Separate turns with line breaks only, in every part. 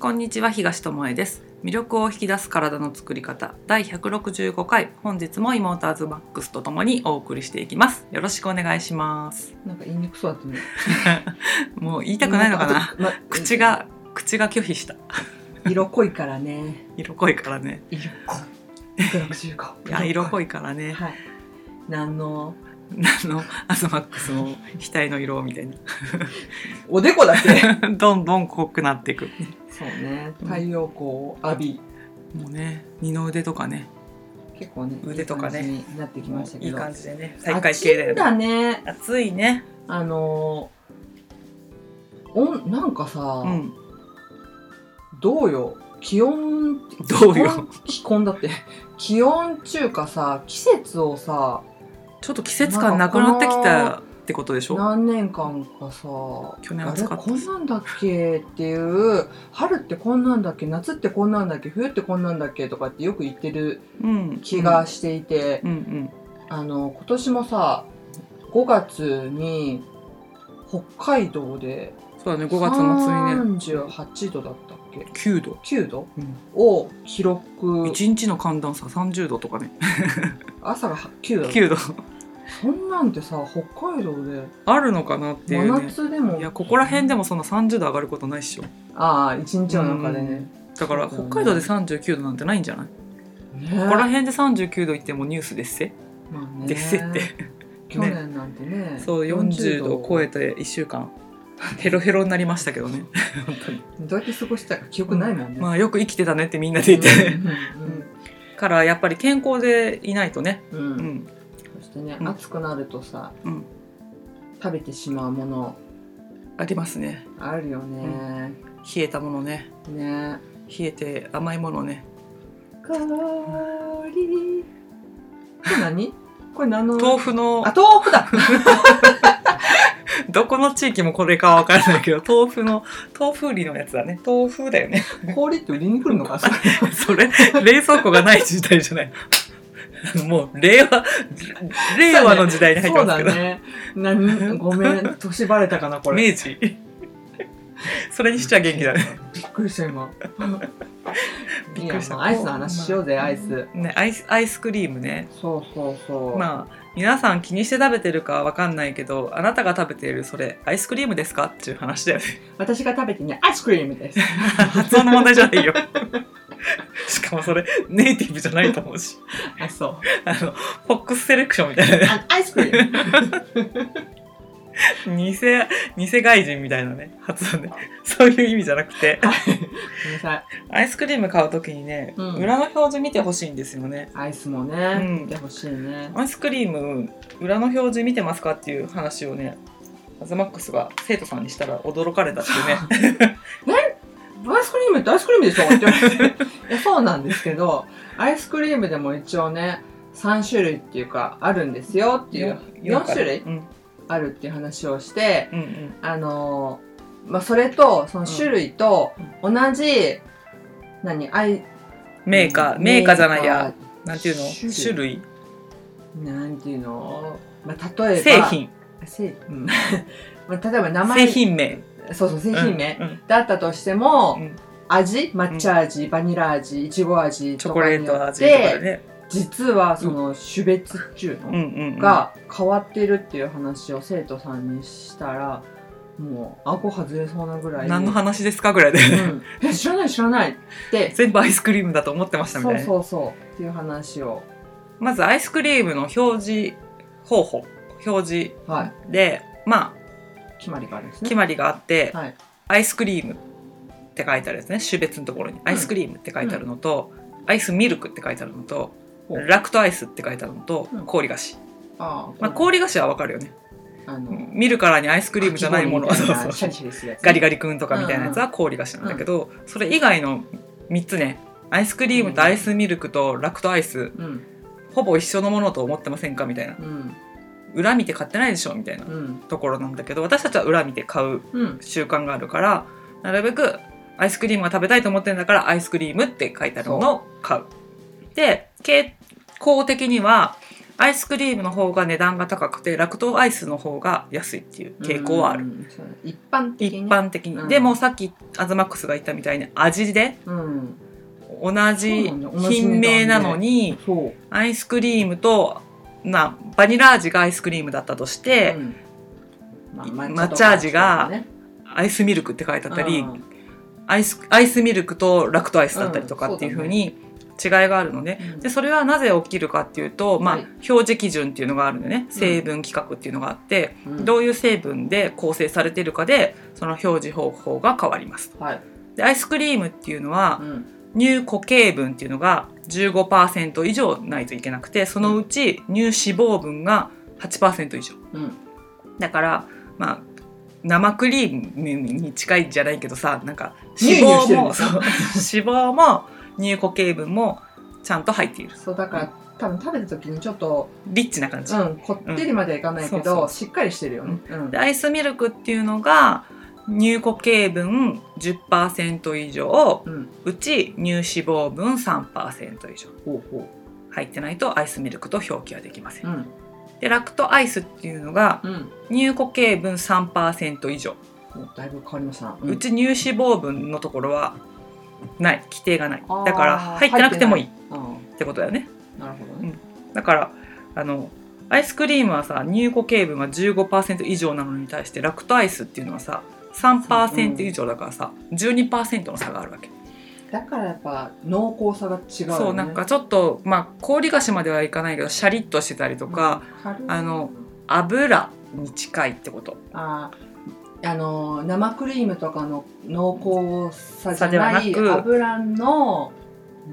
こんにちは東智恵です魅力を引き出す体の作り方第165回本日もイモーターズマックスとともにお送りしていきますよろしくお願いします
なんか言いにくそうだったね。
もう言いたくないのかな
あと。ま
口が口が拒否した
色濃いからね。
色濃いからね
色濃い。いくら口が
いや色濃
い。
いからね
はい。なんの
あのアズマックスの額の色みたい
おでこだ け。
な どんどん濃くなっていく
そうね。太陽光を浴び、
もうね二の腕とかね
結構ね
腕とかね
いい感じになってきましたけ
い
ど。
い感じでね再
暑
会系だ
い
よ
ん
ね
だね。
暑いね
あのおんなんかさ、
うん
どうよ。気温
どうよ
気温だって気温中かさ季節をさ
ちょっと季節感なくなってきたってことでしょ
何年間かさ
去年
あ
暑
れ
かった
こんなんだっけっていう春ってこんなんだっけ夏ってこんなんだっけ冬ってこんなんだっけとかってよく言ってる
うん
気がしていて、
うんうん
あの今年もさ5月に北海道で
そうだね5月末にね
38度だったっけ
9度
9度、
うん
を記録
一日の寒暖差30度とかね
朝が9度
9度
そんなんてさ北海道で
あるのかなっていう
真
ね
夏でも、
いやここら辺でもそんな30度上がることないっしょ
ああ一日の中でね、
だから
そうだ
北
よね
海道で39度なんてないんじゃない
ね
ここら辺で39度いってもニュースですせ
まあね
ですって
去年なんてね
そう40度を超えて1週間 ヘロヘロになりましたけど ね本当に
どうやって過ごしたか記憶ないもんね、
まあよく生きてたねってみんなで言って
う
からやっぱり健康でいないとね
んうんうん
う
うん
ん
そしてね、
うん
暑くなるとさ
うん
食べてしまうもの
ありますね
あるよね、
冷えたものね
ね
冷えて甘いものね
氷これ何これ何の
豆腐の
あ豆腐だ
どこの地域もこれかわからない けど豆腐の豆腐売りのやつだね豆腐だよね
氷って売りに来るのかそれ
それ冷蔵庫がない時代じゃないもう令和 令和の時代に入って
そう
ますけ
だ
ど、
ね何ごめん年バレたかなこれ
明治それにしちゃ元気だね
びっくりした今
びっくりした
いやまあアイスの話しようぜアイス
ねアイスアイスクリームね
そうそうそう
まあ皆さん気にして食べてるかわかんないけどあなたが食べているそれアイスクリームですかっていう話だよね
私が食べてねアイスクリームです
発音の問題じゃないよしかもそれネイティブじゃないと思うし
あそう
あのフォックスセレクションみたいなね
あアイスクリーム
偽偽外人みたいなね発音でそういう意味じゃなくて
ごめんなさい
アイスクリーム買う時にね、
うん
裏の表示見てほしいんですよね
アイスもね、
ん
見てほしいね
アイスクリーム裏の表示見てますかっていう話をねアズマックスが生徒さんにしたら驚かれたっていうね
アイスクリームってアイスクリームでしょって言わ れていやそうなんですけどアイスクリームでも一応ね3種類っていうかあるんですよって いう
よ
4種類
うん
あるっていう話をして
うんうん
あのーまあ、それとその種類と同じ、何アイ
メーカーメーカーじゃないや
メ
な
ー
んていうの種
種類
類
カーなんていうの、まあ、例えば
製品
製うん、 まあ、例えば名前
製品名
そうそう製品名、
うん
だったとしても、
うん
味抹茶味、バニラ味いちご味
チョ
と
コ
か
レー
によ
ト
っ
味とか
て、
ね
実はその種別っていう
うんう
の
んうん
が変わってるっていう話を生徒さんにしたらもう顎外れそうなぐらい
何の話ですかぐらいで、ね
うん、え知らない知らないって
全部アイスクリームだと思ってましたみたいう
そ
なね
そうそうっていう話を
まずアイスクリームの表示方法表示
はい
でまあ
決まりがあるんですね
決まりがあって、
はい
アイスクリームって書いてあるですね種別のところにアイスクリームって書いてあるのと、アイスミルクって書いてあるのと
ほう
ラクトアイスって書いてあるのと、
うん
氷菓子、
あー
まあ、氷菓子はわかるよね
あの
見るからにアイスクリームじゃないもの
か
は
き氷みた
そう
いな
そう
シャリシャリするやつね
ガリガリ君とかみたいなやつは氷菓子なんだけど、それ以外の3つねアイスクリームとアイスミルクとラクトアイス
うん
ほぼ一緒のものと思ってませんかみたいな
うん
裏見て買ってないでしょみたいな
うん
ところなんだけど私たちは裏見て買う
うん
習慣があるからなるべくアイスクリームが食べたいと思ってんだからアイスクリームって書いてあるものを買う。で傾向的にはアイスクリームの方が値段が高くてラクトアイスの方が安いっていう傾向はある、
うんそうね一般的
一
に
般的に、
うん
でもさっきアズマックスが言ったみたいに味で
うん
同じ
そうなんだ同じ値段で
品名なのに
そう
アイスクリームとなバニラ味がアイスクリームだったとして、
うんまあ
抹茶味が
抹
アイスミルクって書いてあ
茶
った
とか
り、
ねうん
アイスアイスミルクとラクトアイスだったりと
う
か
ん
っていう
そう
ふ
だ
う
ね
に違いがあるのね、
うん
でそれはなぜ起きるかっていうと、まあ
はい
表示基準っていうのがあるのね成分規格っていうのがあって、
うん
どういう成分で構成されているかでその表示方法が変わります。
はい
でアイスクリームっていうのは、
うん
乳固形分っていうのが15%以上ないといけなくてそのうち乳脂肪分が8%以上
うん
だからまあ生クリームに近いじゃないけどさなんか
ニュ
脂
ーニューして
肪
るん
も
で
そう脂肪も乳固形分もちゃんと入っている
そうだから多分食べた時にちょっと
リッチな感じ、
うんこってりまではいかないけ
うんそうそ
ど
う
しっかりしてるよねうん
でアイスミルクっていうのが乳固形分10%以上
うん
うち乳脂肪分3%以上
ほうほ
入ってないとアイスミルクと表記はできません
ううん
でラクトアイスっていうのが
うん
乳固形分3%以上、
もうだいぶ変わりましたな
うんち乳脂肪分のところはない規定がない
あー
だから入ってなくてもいいっ
うん
てことだよね
なるほど
うん
ね
だからあのアイスクリームはさ乳固形分が15%以上なのに対してラクトアイスっていうのはさ3%以上だからさ、12%の差があるわけ、
だからやっぱ濃厚さが違うよね
そうなんかちょっとまあ氷菓子まではいかないけどシャリッとしてたりとか、
軽い
あの油に近いってこと
あーあのー生クリームとかの濃厚さじゃ
さ
な
で
い
はなく
油の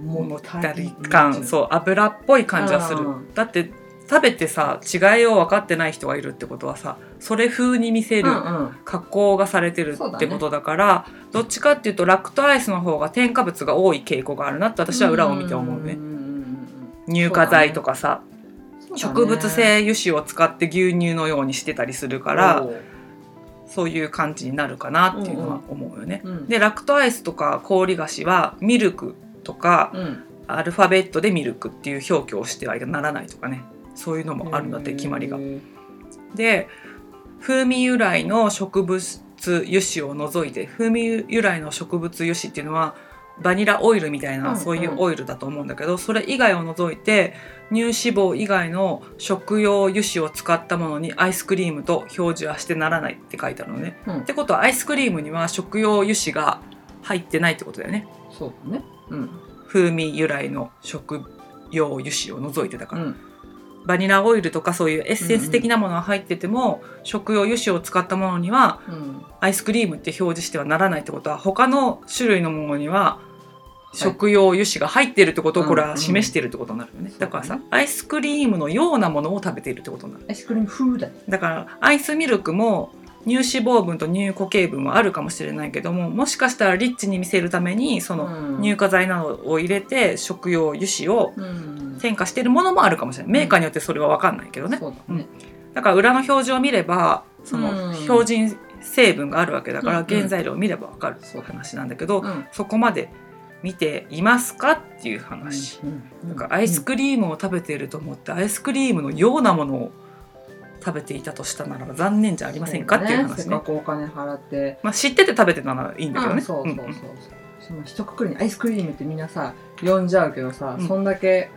も
も
ったり感
う
そう油っぽい感じがする
うん
だって食べてさ違いを分かってない人がいるってことはさそれ風に見せる
うんうん
加工がされてる
そうだ
っ
ね
てことだからどっちかっていうとラクトアイスの方が添加物が多い傾向があるなって私は裏を見て思うね
んん
乳化剤とかさ、
うんうん
植物性油脂を使って牛乳のようにしてたりするから
そうだね
そういう感じになるかなっていうのは思うよね。
おーうん
でラクトアイスとか氷菓子はミルクとか
うん
アルファベットでミルクっていう表記をしてはならないとかねそういうのもあるんだって決まりが
へ。ー
で風味由来の植物油脂を除いて風味由来の植物油脂っていうのはバニラオイルみたい
うんうん
なそういうオイルだと思うんだけどそれ以外を除いて乳脂肪以外の食用油脂を使ったものにアイスクリームと表示はしてならないって書いてあるのね。
うん
ってことはアイスクリームには食用油脂が入ってないってことだよね。
そうだねうん
風味由来の食用油脂を除いてだか
う
ら、
ん
バニラオイルとかそういうエッセンス的なものは入ってても、食用油脂を使ったものには
うん
アイスクリームって表示してはならないってことは他の種類のものには
はい
食用油脂が入ってるってことを
うん
これは示してるってことになるよね、
うん
だからさアイスクリームのようなものを食べているってことになる
アイスクリーム風だね
だからアイスミルクも乳脂肪分と乳固形分はあるかもしれないけどももしかしたらリッチに見せるためにその
うん
乳化剤などを入れて食用油脂を
うん
添加してるものもあるかもしれないメーカーによってそれは分かんないけどね、
そうだね
だから裏の表示を見ればそ
うん
の標準成分があるわけだか
う
ら
んうん
原材料を見れば分かる
そうだ
話なんだけど、
うん
そこまで見ていますかっていう話、
うん
だからアイスクリームを食べていると思ってアイスクリームのようなものを食べていたとしたならば残念じゃありませんかっていう
そだね
話
せ
ね
っかくお金払って
まあ、知ってて食べてたならいいんだけど
う
ね
ん、そうそうそうう
う
ん
ん
そうその一括りにアイスクリームってみんなさ呼んじゃうけどさ、
うん
そんだけ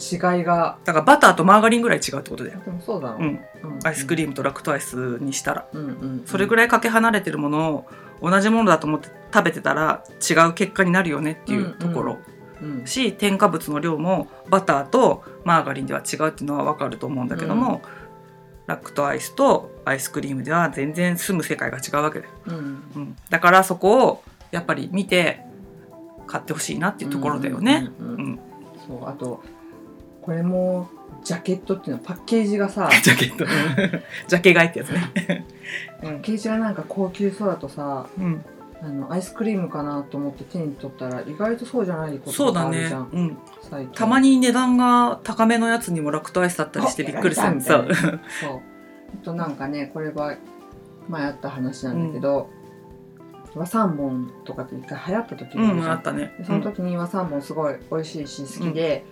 違いが
だからバターとマーガリンぐらい違うってことだよ、
でもそうだろ
うん、アイスク
ー
リームとラクトアイスにしたら。
ム、うんうんうん、
それぐらいかけ離れてるものを同じものだと思って食べてたら違う結果になるよねっていうところ、
うん
し添加物の量もバターとマーガリンでは違うっていうのは分かると思うんだけども、ラクトアイスとアイスクリームでは全然住む世界が違うわけだよ、
うん、
うん、だからそこをやっぱり見て買ってほしいなっていうところだよね。
うんうん
う
うん
ん
そうあとこれもジャケットっていうのはパッケージ がさ
ジャケッ トジャケ買いってやつね、
パッケージがなんか高級そうだとさ
うん、
あのアイスクリームかなと思って手に取ったら意外とそうじゃないこ
そ
と
うだ
がある
ね
じゃん、
うん、
最近
たまに値段が高めのやつにもラクトアイスだったりしてびっくりする
そ
そうう。
そうあとなんかねこれは前あった話なんだけど、和三本とかって一回流行った時
う
がある
ん、
じゃん
あったね
で。その時に和三本すごい美味しいし好きで、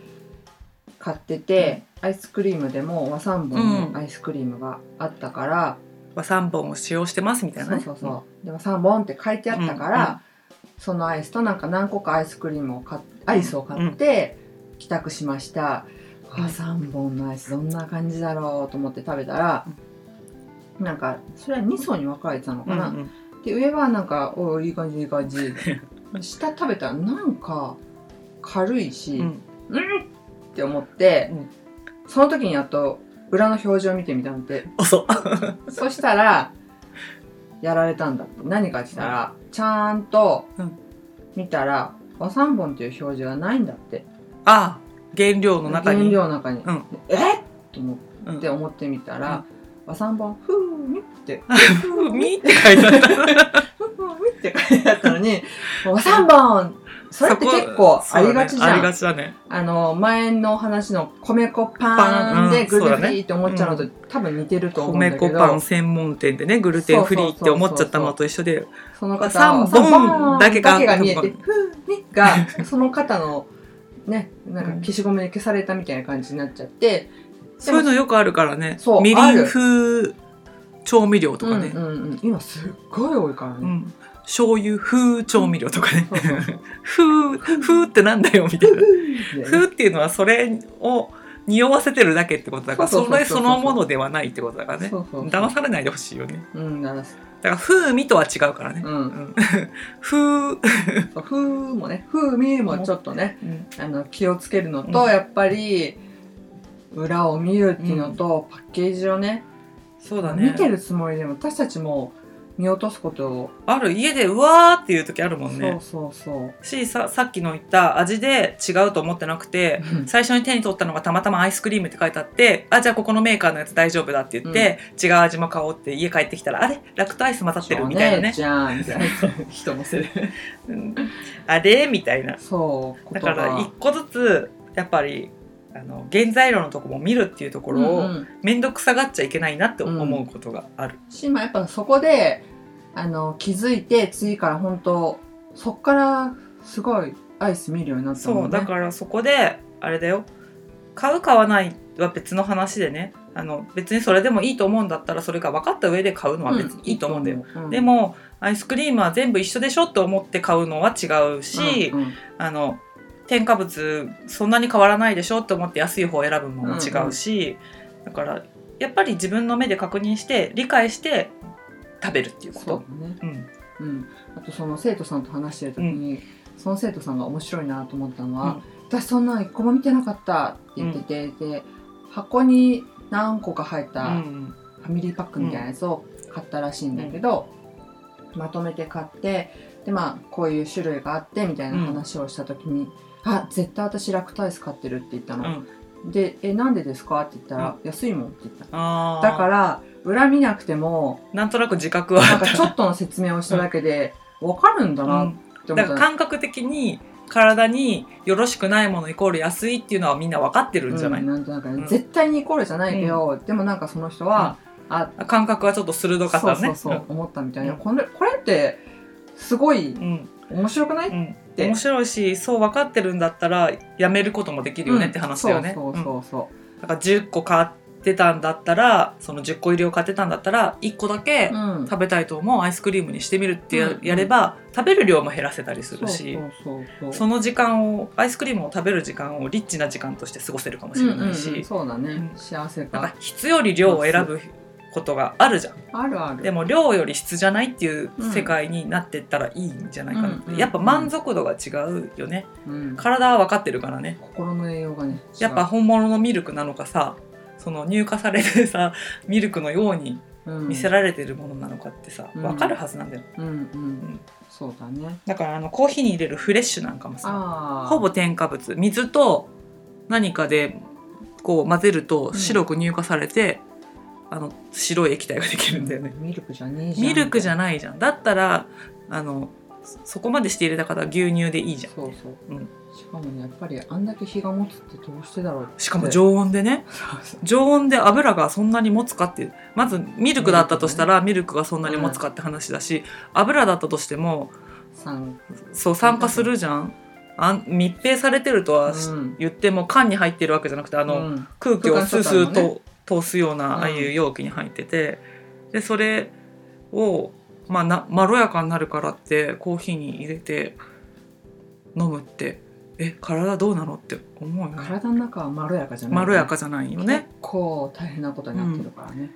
買ってて、アイスクリームでも和三本のアイスクリームがあったから、
は3本を使用してますみたいな
そう
ね
そうそうでも3本って書いてあったから、そのアイスとなんか何個かアイスクリームを買っアイスを買って帰宅しました、
うん
あ3本のアイスどんな感じだろうと思って食べたら、なんかそれは2層に分かれてたの
う
か
んう
な、
ん
で上はなんかおーいい感じいい 感じ下食べたらなんか軽いし、
う
うんん、って思って、
うん
その時にやっと裏の表情を見てみたんで
遅っ
そしたら、やられたんだって。何かしたら、ちゃんと
うん
見たら、和三本っていう表示がないんだって。
あ原料の中
原
に
料の中に。
うん
えっと思っ
うん
て思ってみたら、和三本、ふー みって、
風味って書いてあった
ふーみって書いてあった のに、和三本それって結構ありがちじ
そうだねあり
ゃん。
がちだね
あの、前の話の米粉パンでグルテンフリーって思っちゃうのと
う
多分似てると思うんだ
米
け
粉
ど、
パン専門店でねグルテンフリーって思っちゃったのと一緒で
その方
三本だけが
三本見えて
う
「ふうね」がその方のねなんか消しゴムで消されたみたいな感じになっちゃって、
そういうのよくあるからね
そう
み
あ
りん
る
風調味料とかね、
うんうんうん、今すっごい多いから
う
ね。
ん、醤油風調味料とかね
そうそうそ う
風風ってなんだよみたいな
ふう
風っていうのはそれを匂わせてるだけってことだから
そう
そ
そうそう
れ
そう
そのものではないってことだからね
そうそうそう
騙されないでほしいよね
うん、だからす
だから風味とは違うからね、
う、
うんん、風、
そうふうもね、ふうみもちょっとね、あの気をつけるのと、
うん
やっぱり裏を見るっていうのと、パッケージをね、
そうだ
見
ね
てるつもりでも私たちも見落とすことを、
ある家でうわーっていう時あるもん
そう
ね
そう そう。
しささっきの言った味で違うと思ってなくて、
うん
最初に手に取ったのがたまたまアイスクリームって書いてあってあじゃあここのメーカーのやつ大丈夫だって言って、違う味も買おうって家帰ってきたらあれラクトアイス混ざってるみたいなね
じゃあねじゃんみたいな人もせる
うんあれみたいな
そうこ
だ
と
か
が
ら一個ずつやっぱりあの原材料のとこも見るっていうところ
うん
を
うん
面倒くさがっちゃいけないなって思うことがある、
しまあやっぱそこであの気づいて次から本当そっからすごいアイス見るようになったも
そ
ん
う
ね
だからそこであれだよ買う買わないは別の話でねあの別にそれでもいいと思うんだったらそれが分かった上で買うのは別にいいと思うんだよ、
う、う
でもアイスクリームは全部一緒でしょって思って買うのは違うし、
うんうん
あの添加物そんなに変わらないでしょって思って安い方を選ぶのも違うし、だからやっぱり自分の目で確認して理解して食べるっていうこ
そ
と。
うだね
うん
うん、あとその生徒さんと話してる時に、その生徒さんが面白いなと思ったのは「私そんなん一個も見てなかった」って言ってて、で箱に何個か入っ
う
た、
ん
ファミリーパックみたいなやつを買ったらしいんだけど、まとめて買ってでまあこういう種類があってみたいな話をした時に「あ絶対私ラクタイス買ってる」って言った
う
の。
ん
で「えなんでですか?」って言ったら「安いもん」って言った。
あー
だから裏見なくても
なんとなく自覚はあ
なん
った
かちょっとの説明をしただけでわかるんだな
う
っ
ん
て思
だ
っ
か
た
ら感
の
覚的に体によろしくないものイコール安いっていうのはみんな分かってるんじゃない、
うんなんとなくね
うん
絶対にイコールじゃないけどでもなんかその人はあ
感覚はちょっと鋭かった
そう
ね
そうそう思ったみたいな
うん
これこれってすごい
うんうん
面白くない
うん、
て
面白いしそう分かってるんだったらやめることもできるよねって話だよね。
そうそう
うん
そうそ
だから10個買ってたんだったらその10個入りを買ってたんだったら1個だけ
う。うん
食べたいと思うアイスクリームにしてみるってや,、
うんうん
れば食べる量も減らせたりするし。
そうそうそう
その時間をアイスクリームを食べる時間をリッチな時間として過ごせるかもしれないし、
うんうんうんそうだね、
うん
幸せ
なん
が
か質より量を選ぶことがあるじゃん
あるある
でも量より質じゃないっていう世界になってったらいいんじゃないかなって、
うんうん
やっぱ満足度が違うよね
うん、
体は分かってるからね
心の栄養がね
やっぱ、本物のミルクなのかさその入荷されてさミルクのように
違ううん、
見せられてるものなのかってさ
うん
分かるはずなんだよ、
うんうん、
ん
そうだね
だからあのコーヒーに入れるフレッシュなんかもさ
ああ
ほぼ添加物水と何かでこう混ぜると白く乳化されて、あの白い液体ができるんだよね、
ミルクじゃねえじゃん
ミルクじゃ
な
ないじゃんだったらあのそそこまでして入れた方は牛乳でいいじゃん
そうそう、
うん
しかもねやっぱりあんだけ日が持つってどうしてだろうって
しかも常温でね
そうそう
常温で油がそんなに持つかっていうまずミルクだったとしたらミルクがそんなに持つかって話だし、油だったとしても
酸
そう酸化するじゃんあん密閉されてるとは
うん
言っても缶に入ってるわけじゃなくてあ
あ
の、空気をスースー
空間
と、通すようなああいう容器に入ってて、でそれを、まあ、なまろやかになるからってコーヒーに入れて飲むってえ体どうなのって思うよね
体の中はまろやかじゃない
まろやかじゃないよね
結構大変なことになってるからね、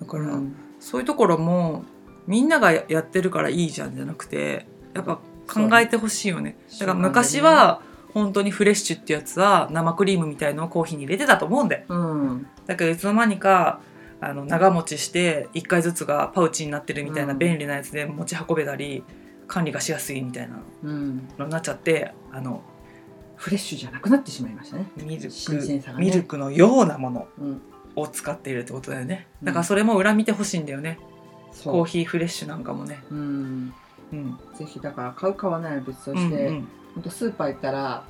だから、
うん
そういうところもみんながややってるからいいじゃんじゃなくてやっぱ考えてほしいよねだから昔は本当にフレッシュってやつは生クリームみたいのをコーヒーに入れてたと思うんだよ
うん
だけどいつの間にかあの長持ちして1回ずつがパウチになってるみたいな
うん
便利なやつで持ち運べたり管理がしやすいみたいな
うん、
のになっちゃってあの
フレッシュじゃなくなってしまいましたね、
ミルク、
新鮮さがね
ミルクのようなもの
うん、
を使っているってことだよね
うん
だからそれも裏見てほしいんだよね、
そう
コーヒーフレッシュなんかもね、
うん、
うん、
ぜひだから買う買わないは別と
う
し
ん
て、
うん
ほんとスーパー行ったら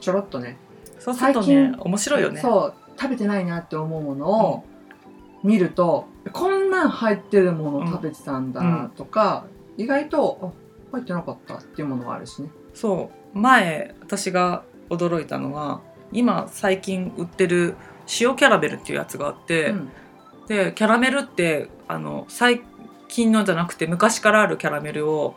ちょろっとね
そうすると
最
ね
近
面白いよね
そう食べてないなって思うものを見ると、こんなん入ってるもの食べてたんだとか、意外とあ入ってなかったっていうものがあるしね。
そう前私が驚いたのは今最近売ってる塩キャラメルっていうやつがあって、
うん
でキャラメルってあの最近のじゃなくて昔からあるキャラメルを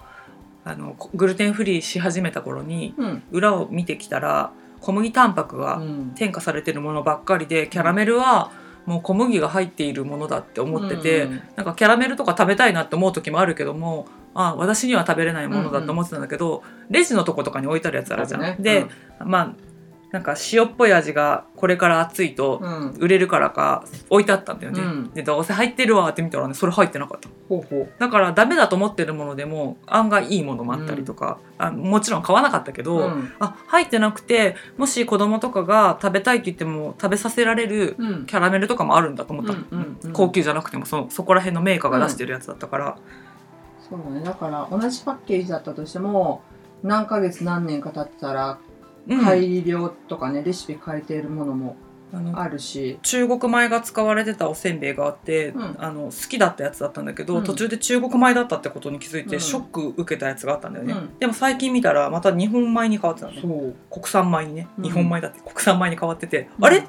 あのこグルテンフリーし始めた頃に
うん
裏を見てきたら小麦タンパク
う
が
ん
添加されてるものばっかりでキャラメルはもう小麦が入っているものだって思ってて、
うん
なんかキャラメルとか食べたいなって思う時もあるけどもあ私には食べれないものだと思ってたんだけど、レジのとことかに置いてあるやつあるじゃん。
ね
で、まあなんか塩っぽい味がこれから暑いと
うんうん
売れるからか置いてあったんだよね、
うん
でどうせ入ってるわって見たらねそれ入ってなかった
ほうほう
だからダメだと思ってるものでも案外いいものもあったりとか、あもちろん買わなかったけど、
ん
あ入ってなくてもし子供とかが食べたいって言っても食べさせられる
うん
キャラメルとかもあるんだと思った、
うんうんうん
高級じゃなくてもそそこら辺のメーカーが出してるやつだったから、
そうねだから同じパッケージだったとしても何ヶ月何年か経ってたら
うん
改良とかねレシピ変えているものも
あの
あるし、
中国米が使われてたおせんべいがあって、
うん
あの好きだったやつだったんだけど、
うん
途中で中国米だったってことに気づいて、
うん
ショック受けたやつがあったんだよね、
うん
でも最近見たらまた日本米に変わってたのね
そう、
国産米にね
うん
日本米だって国産米に変わってて、
うん
あれ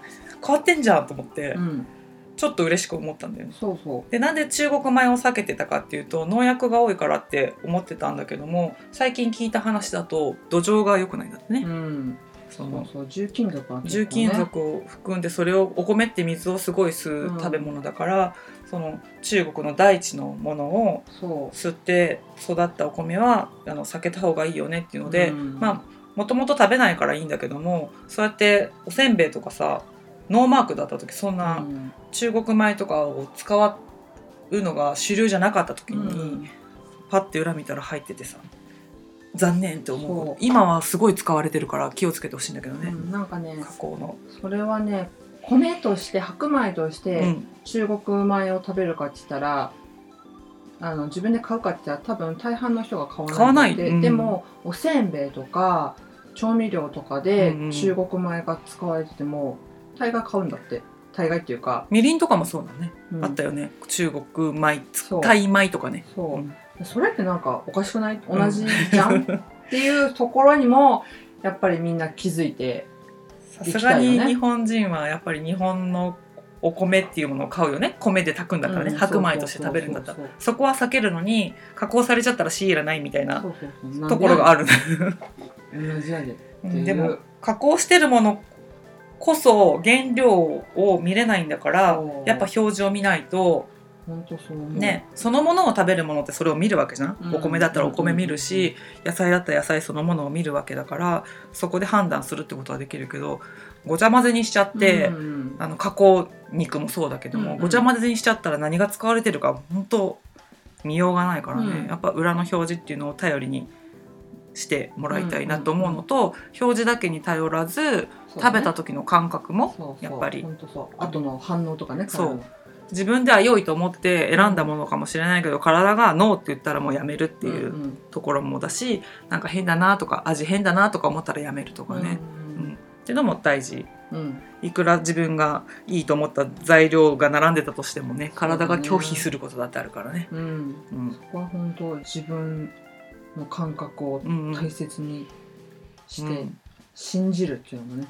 変わってんじゃんと思って、
うん、
ちょっと嬉しく思ったんだよね
そうそ
でなんで中国米を避けてたかっていうと農薬が多いからって思ってたんだけども最近聞いた話だと土壌が良くないんだってね、
う、うん、
そ
そう
の
そう重金属は結構ね
重金属を含んでそれをお米って水をすごい吸う食べ物だから、その中国の大地のものを
そ
吸って育ったお米はあの避けた方がいいよねっていう
う
ので、
うん
まあもともと食べないからいいんだけどもそうやっておせんべいとかさノーマークだった時そん
う
なん中国米とかを使うのが主流じゃなかった時に、
うん
パッて裏見たら入っててさ残念って思う
そう
今はすごい使われてるから気をつけてほしいんだけど
う
ね、
んなんかね
加工の。
それはね米として白米とし
う
て
ん
中国米を食べるかって言ったら、あの自分で買うかって言ったら多分大半の人が買わない
買わない
で、
うん
でもおせんべいとか調味料とかで
うんうん
中国米が使われてても大概買うんだって大概っていうか、
みりんとかもそうだね、
うん
あったよね中国米
そう
タイ米とかね
そう、
うん
それってなんかおかしくない
ん
同じじゃ ん、っていうところにもやっぱりみんな気づいて
さすが
行きたい
に
よね
日本人はやっぱり日本のお米っていうものを買うよね米で炊くんだからね、
うん
白米として食べるんだったら
そうそう
そこは避けるのに加工されちゃったら強いらないみたいな
そうそうそう
ところがある、
同じやで
うんでも加工してるものこそ原料を見れないんだから
そう
やっぱ表示を見ないと
本当そう思う
ね、そのものを食べるものってそれを見るわけじゃん、
うん
お米だったらお米見るし、野菜だったら野菜そのものを見るわけだからそこで判断するってことはできるけどごちゃ混ぜにしちゃって、
うんうん
あの加工肉もそうだけども、
うんうん
ごちゃ混ぜにしちゃったら何が使われてるか本当見ようがないからね、
うん
やっぱ裏の表示っていうのを頼りにしてもらいたいなと思うのと、表示だけに頼らず
そう
食べた
ね
時の感覚も
そうそう
やっぱり
本当そうあとの反応とかね
そう
体の
自分では良いと思って選んだものかもしれないけど体がノーって言ったらもうやめるっていう
うん
ところもだしなんか変だなとか味変だなとか思ったらやめると
う
か
ん
ね、っていうのも大事
うんうん
いくら自分がいいと思った材料が並んでたとしてもね体が拒否することだってあるからね、
うん
うん
そこは本当自分の感覚を
うんうん
大切にして、
うん
信じるっていうのもね、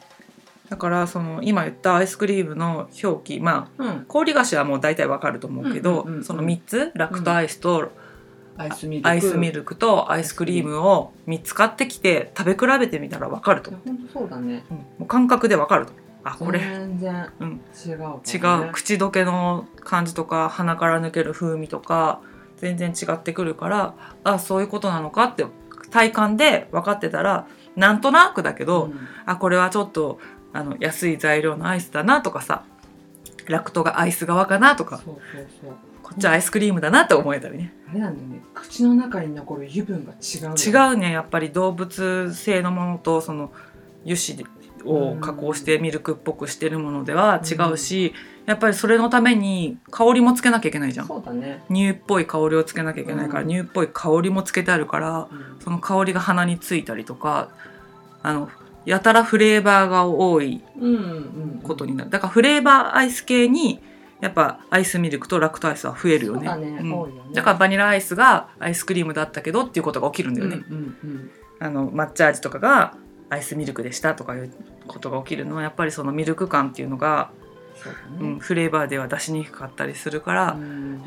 だからその今言ったアイスクリームの表記まあ
うん、
氷菓子はもう大体わかると思うけど、
うんうんうんうん
その3つラクトアイスと
アイスミルク
アイスミルクとアイスクリームを3つ買ってきて食べ比べてみたらわかると
い
思
やほんとそうだね
う、うんもう感覚でわかると思うあこれ
全然
うん
違うからね、
違う口どけの感じとか鼻から抜ける風味とか全然違ってくるからあそういうことなのかって体感で分かってたらなんとなくだけど、
うん
あこれはちょっとあの安い材料のアイスだなとかさラクトがアイス側かなと
そう
か
そうそう
こっちはアイスクリームだなって思えたりね、
あれなんだよね口の中に残る油分が違うよね、
違うねやっぱり動物性のものとその油脂を加工してミルクっぽくしてるものでは違うし、やっぱりそれのために香りもつけなきゃいけないじゃん
そうだね、
乳っぽい香りをつけなきゃいけないから、
うん
乳っぽい香りもつけてあるからその香りが鼻についたりとかあのやたらフレーバーが多い
うんうん
ことになるだからフレーバーアイス系にやっぱアイスミルクとラクトアイスは増えるよ
そう
ね
だね、
うん
多いよね
だからバニラアイスがアイスクリームだったけどっていうことが起きるんだよね、
うんうん
あの抹茶味とかがアイスミルクでしたとかいうことが起きるのはやっぱりそのミルク感っていうのが、
そうだ
うん
ね、
フレーバーでは出しにくかったりするから、っ
うん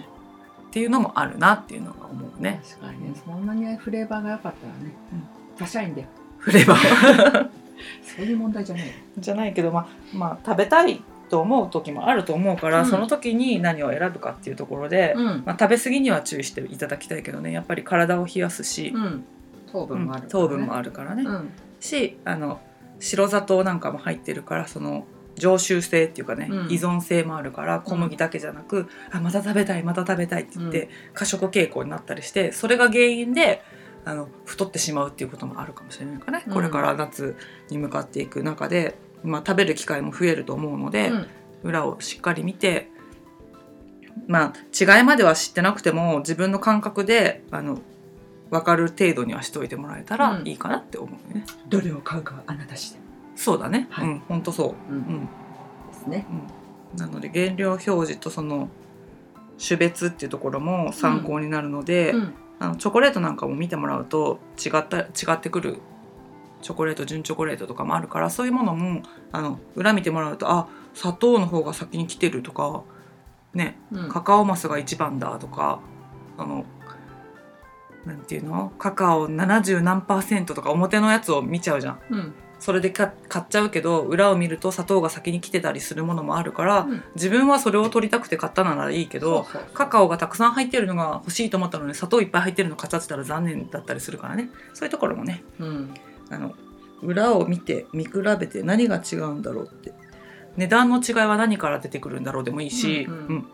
ていうのもあるなっていうのが思うね
確かにねそんなにフレーバーが良かったらね、他社員で
フレーバー
そういう問題じゃない
じゃないけど、まあ、まあ食べたいと思う時もあると思うから、
うん
その時に何を選ぶかっていうところで、
うん、
まあ、食べ過ぎには注意していただきたいけどねやっぱり体を冷やすし、
うん、糖分もある、
うん糖分も
る
あるからね、
うん
しあの白砂糖なんかも入ってるからその常習性っていうかね、
うん
依存性もあるから小麦だけじゃなく、あまた食べたいまた食べたいって言って、
う
過食傾向になったりしてそれが原因であの太ってしまうっていうこともあるかもしれないからね、
うん
これから夏に向かっていく中で、まあ、食べる機会も増えると思うので、
うん
裏をしっかり見てまあ違いまでは知ってなくても自分の感覚であの分かる程度にはしておいてもらえたら
うん
いいかなって思うね。
どれを買うかはあなた次
そうだね、
はい
うん本当そう、
第、う、
うんん
ですね
うん、なので原料表示とその種別っていうところも参考になるので、
うん
あのチョコレートなんかも見てもらうと違った違ってくるチョコレート純チョコレートとかもあるからそういうものもあの裏見てもらうとあ砂糖の方が先に来てるとかね
うん
カカオマスが一番だとかあのなんていうのカカオ70何パーセントとか表のやつを見ちゃうじゃん。
うん
それでか買っちゃうけど裏を見ると砂糖が先に来てたりするものもあるから、
うん
自分はそれを取りたくて買ったならいいけど
そうそうそう
カカオがたくさん入ってるのが欲しいと思ったのに砂糖いっぱい入ってるの買っちゃってたら残念だったりするからねそういうところもね
うん
あの裏を見て見比べて何が違うんだろうって値段の違いは何から出てくるんだろうでもいいし、
うんうん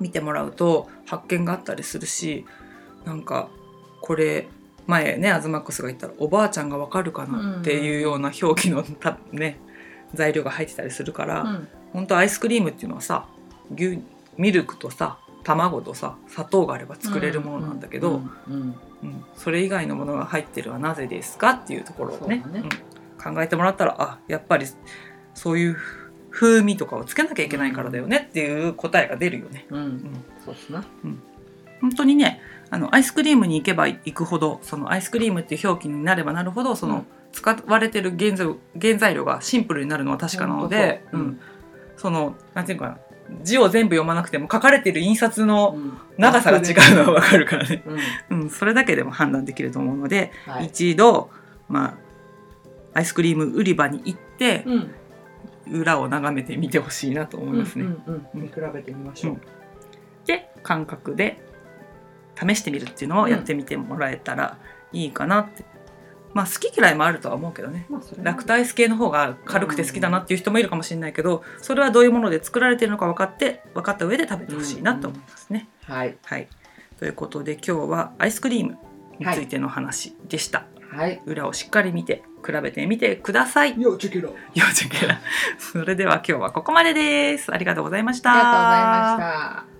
見てもらうと発見があったりするしなんかこれ前ねアズマックスが言ったらおばあちゃんがわかるかなっていうような表記のた、ね、材料が入ってたりするから、
うん
本当アイスクリームっていうのはさ牛ミルクとさ卵とさ砂糖があれば作れるものなんだけど、
うんうん
うん、それ以外のものが入ってるはなぜですかっていうところをね
そうだね
うん、考えてもらったらあやっぱりそういう風味とかをつけなきゃいけないからだよねっていう答えが出るよね。
うんうん
うん
そうっすな
本当にねあのアイスクリームに行けば行くほどそのアイスクリームっていう表記になればなるほどその、
うん
使われてる原材原材料がシンプルになるのは確かなので
ほんとそううん
んそのなんていうのかな字を全部読まなくても書かれてる印刷の長さが違うのはわかるからね、
うん、うん
うん、それだけでも判断できると思うので、
はい
一度、まあ、アイスクリーム売り場に行って、
うん
裏を眺めてみてほしいなと思いますね、
うんうんうん見比べてみましょう、
うんで感覚で試してみるっていうのをやってみてもらえたらいいかなって、まあ好き嫌いもあるとは思うけどね
まあそれは
ラクタイス系の方が軽くて好きだなっていう人もいるかもしれないけどそれはどういうもので作られてるのか分かって分かった上で食べてほしいなと思いますね、
はい
はいということで今日はアイスクリームについての話でした、
はい
裏をしっかり見て比べてみてください。よ
よチェケラあり
うちゃんからそれでは今日はここまでです。ありがとうございました。
がとうございました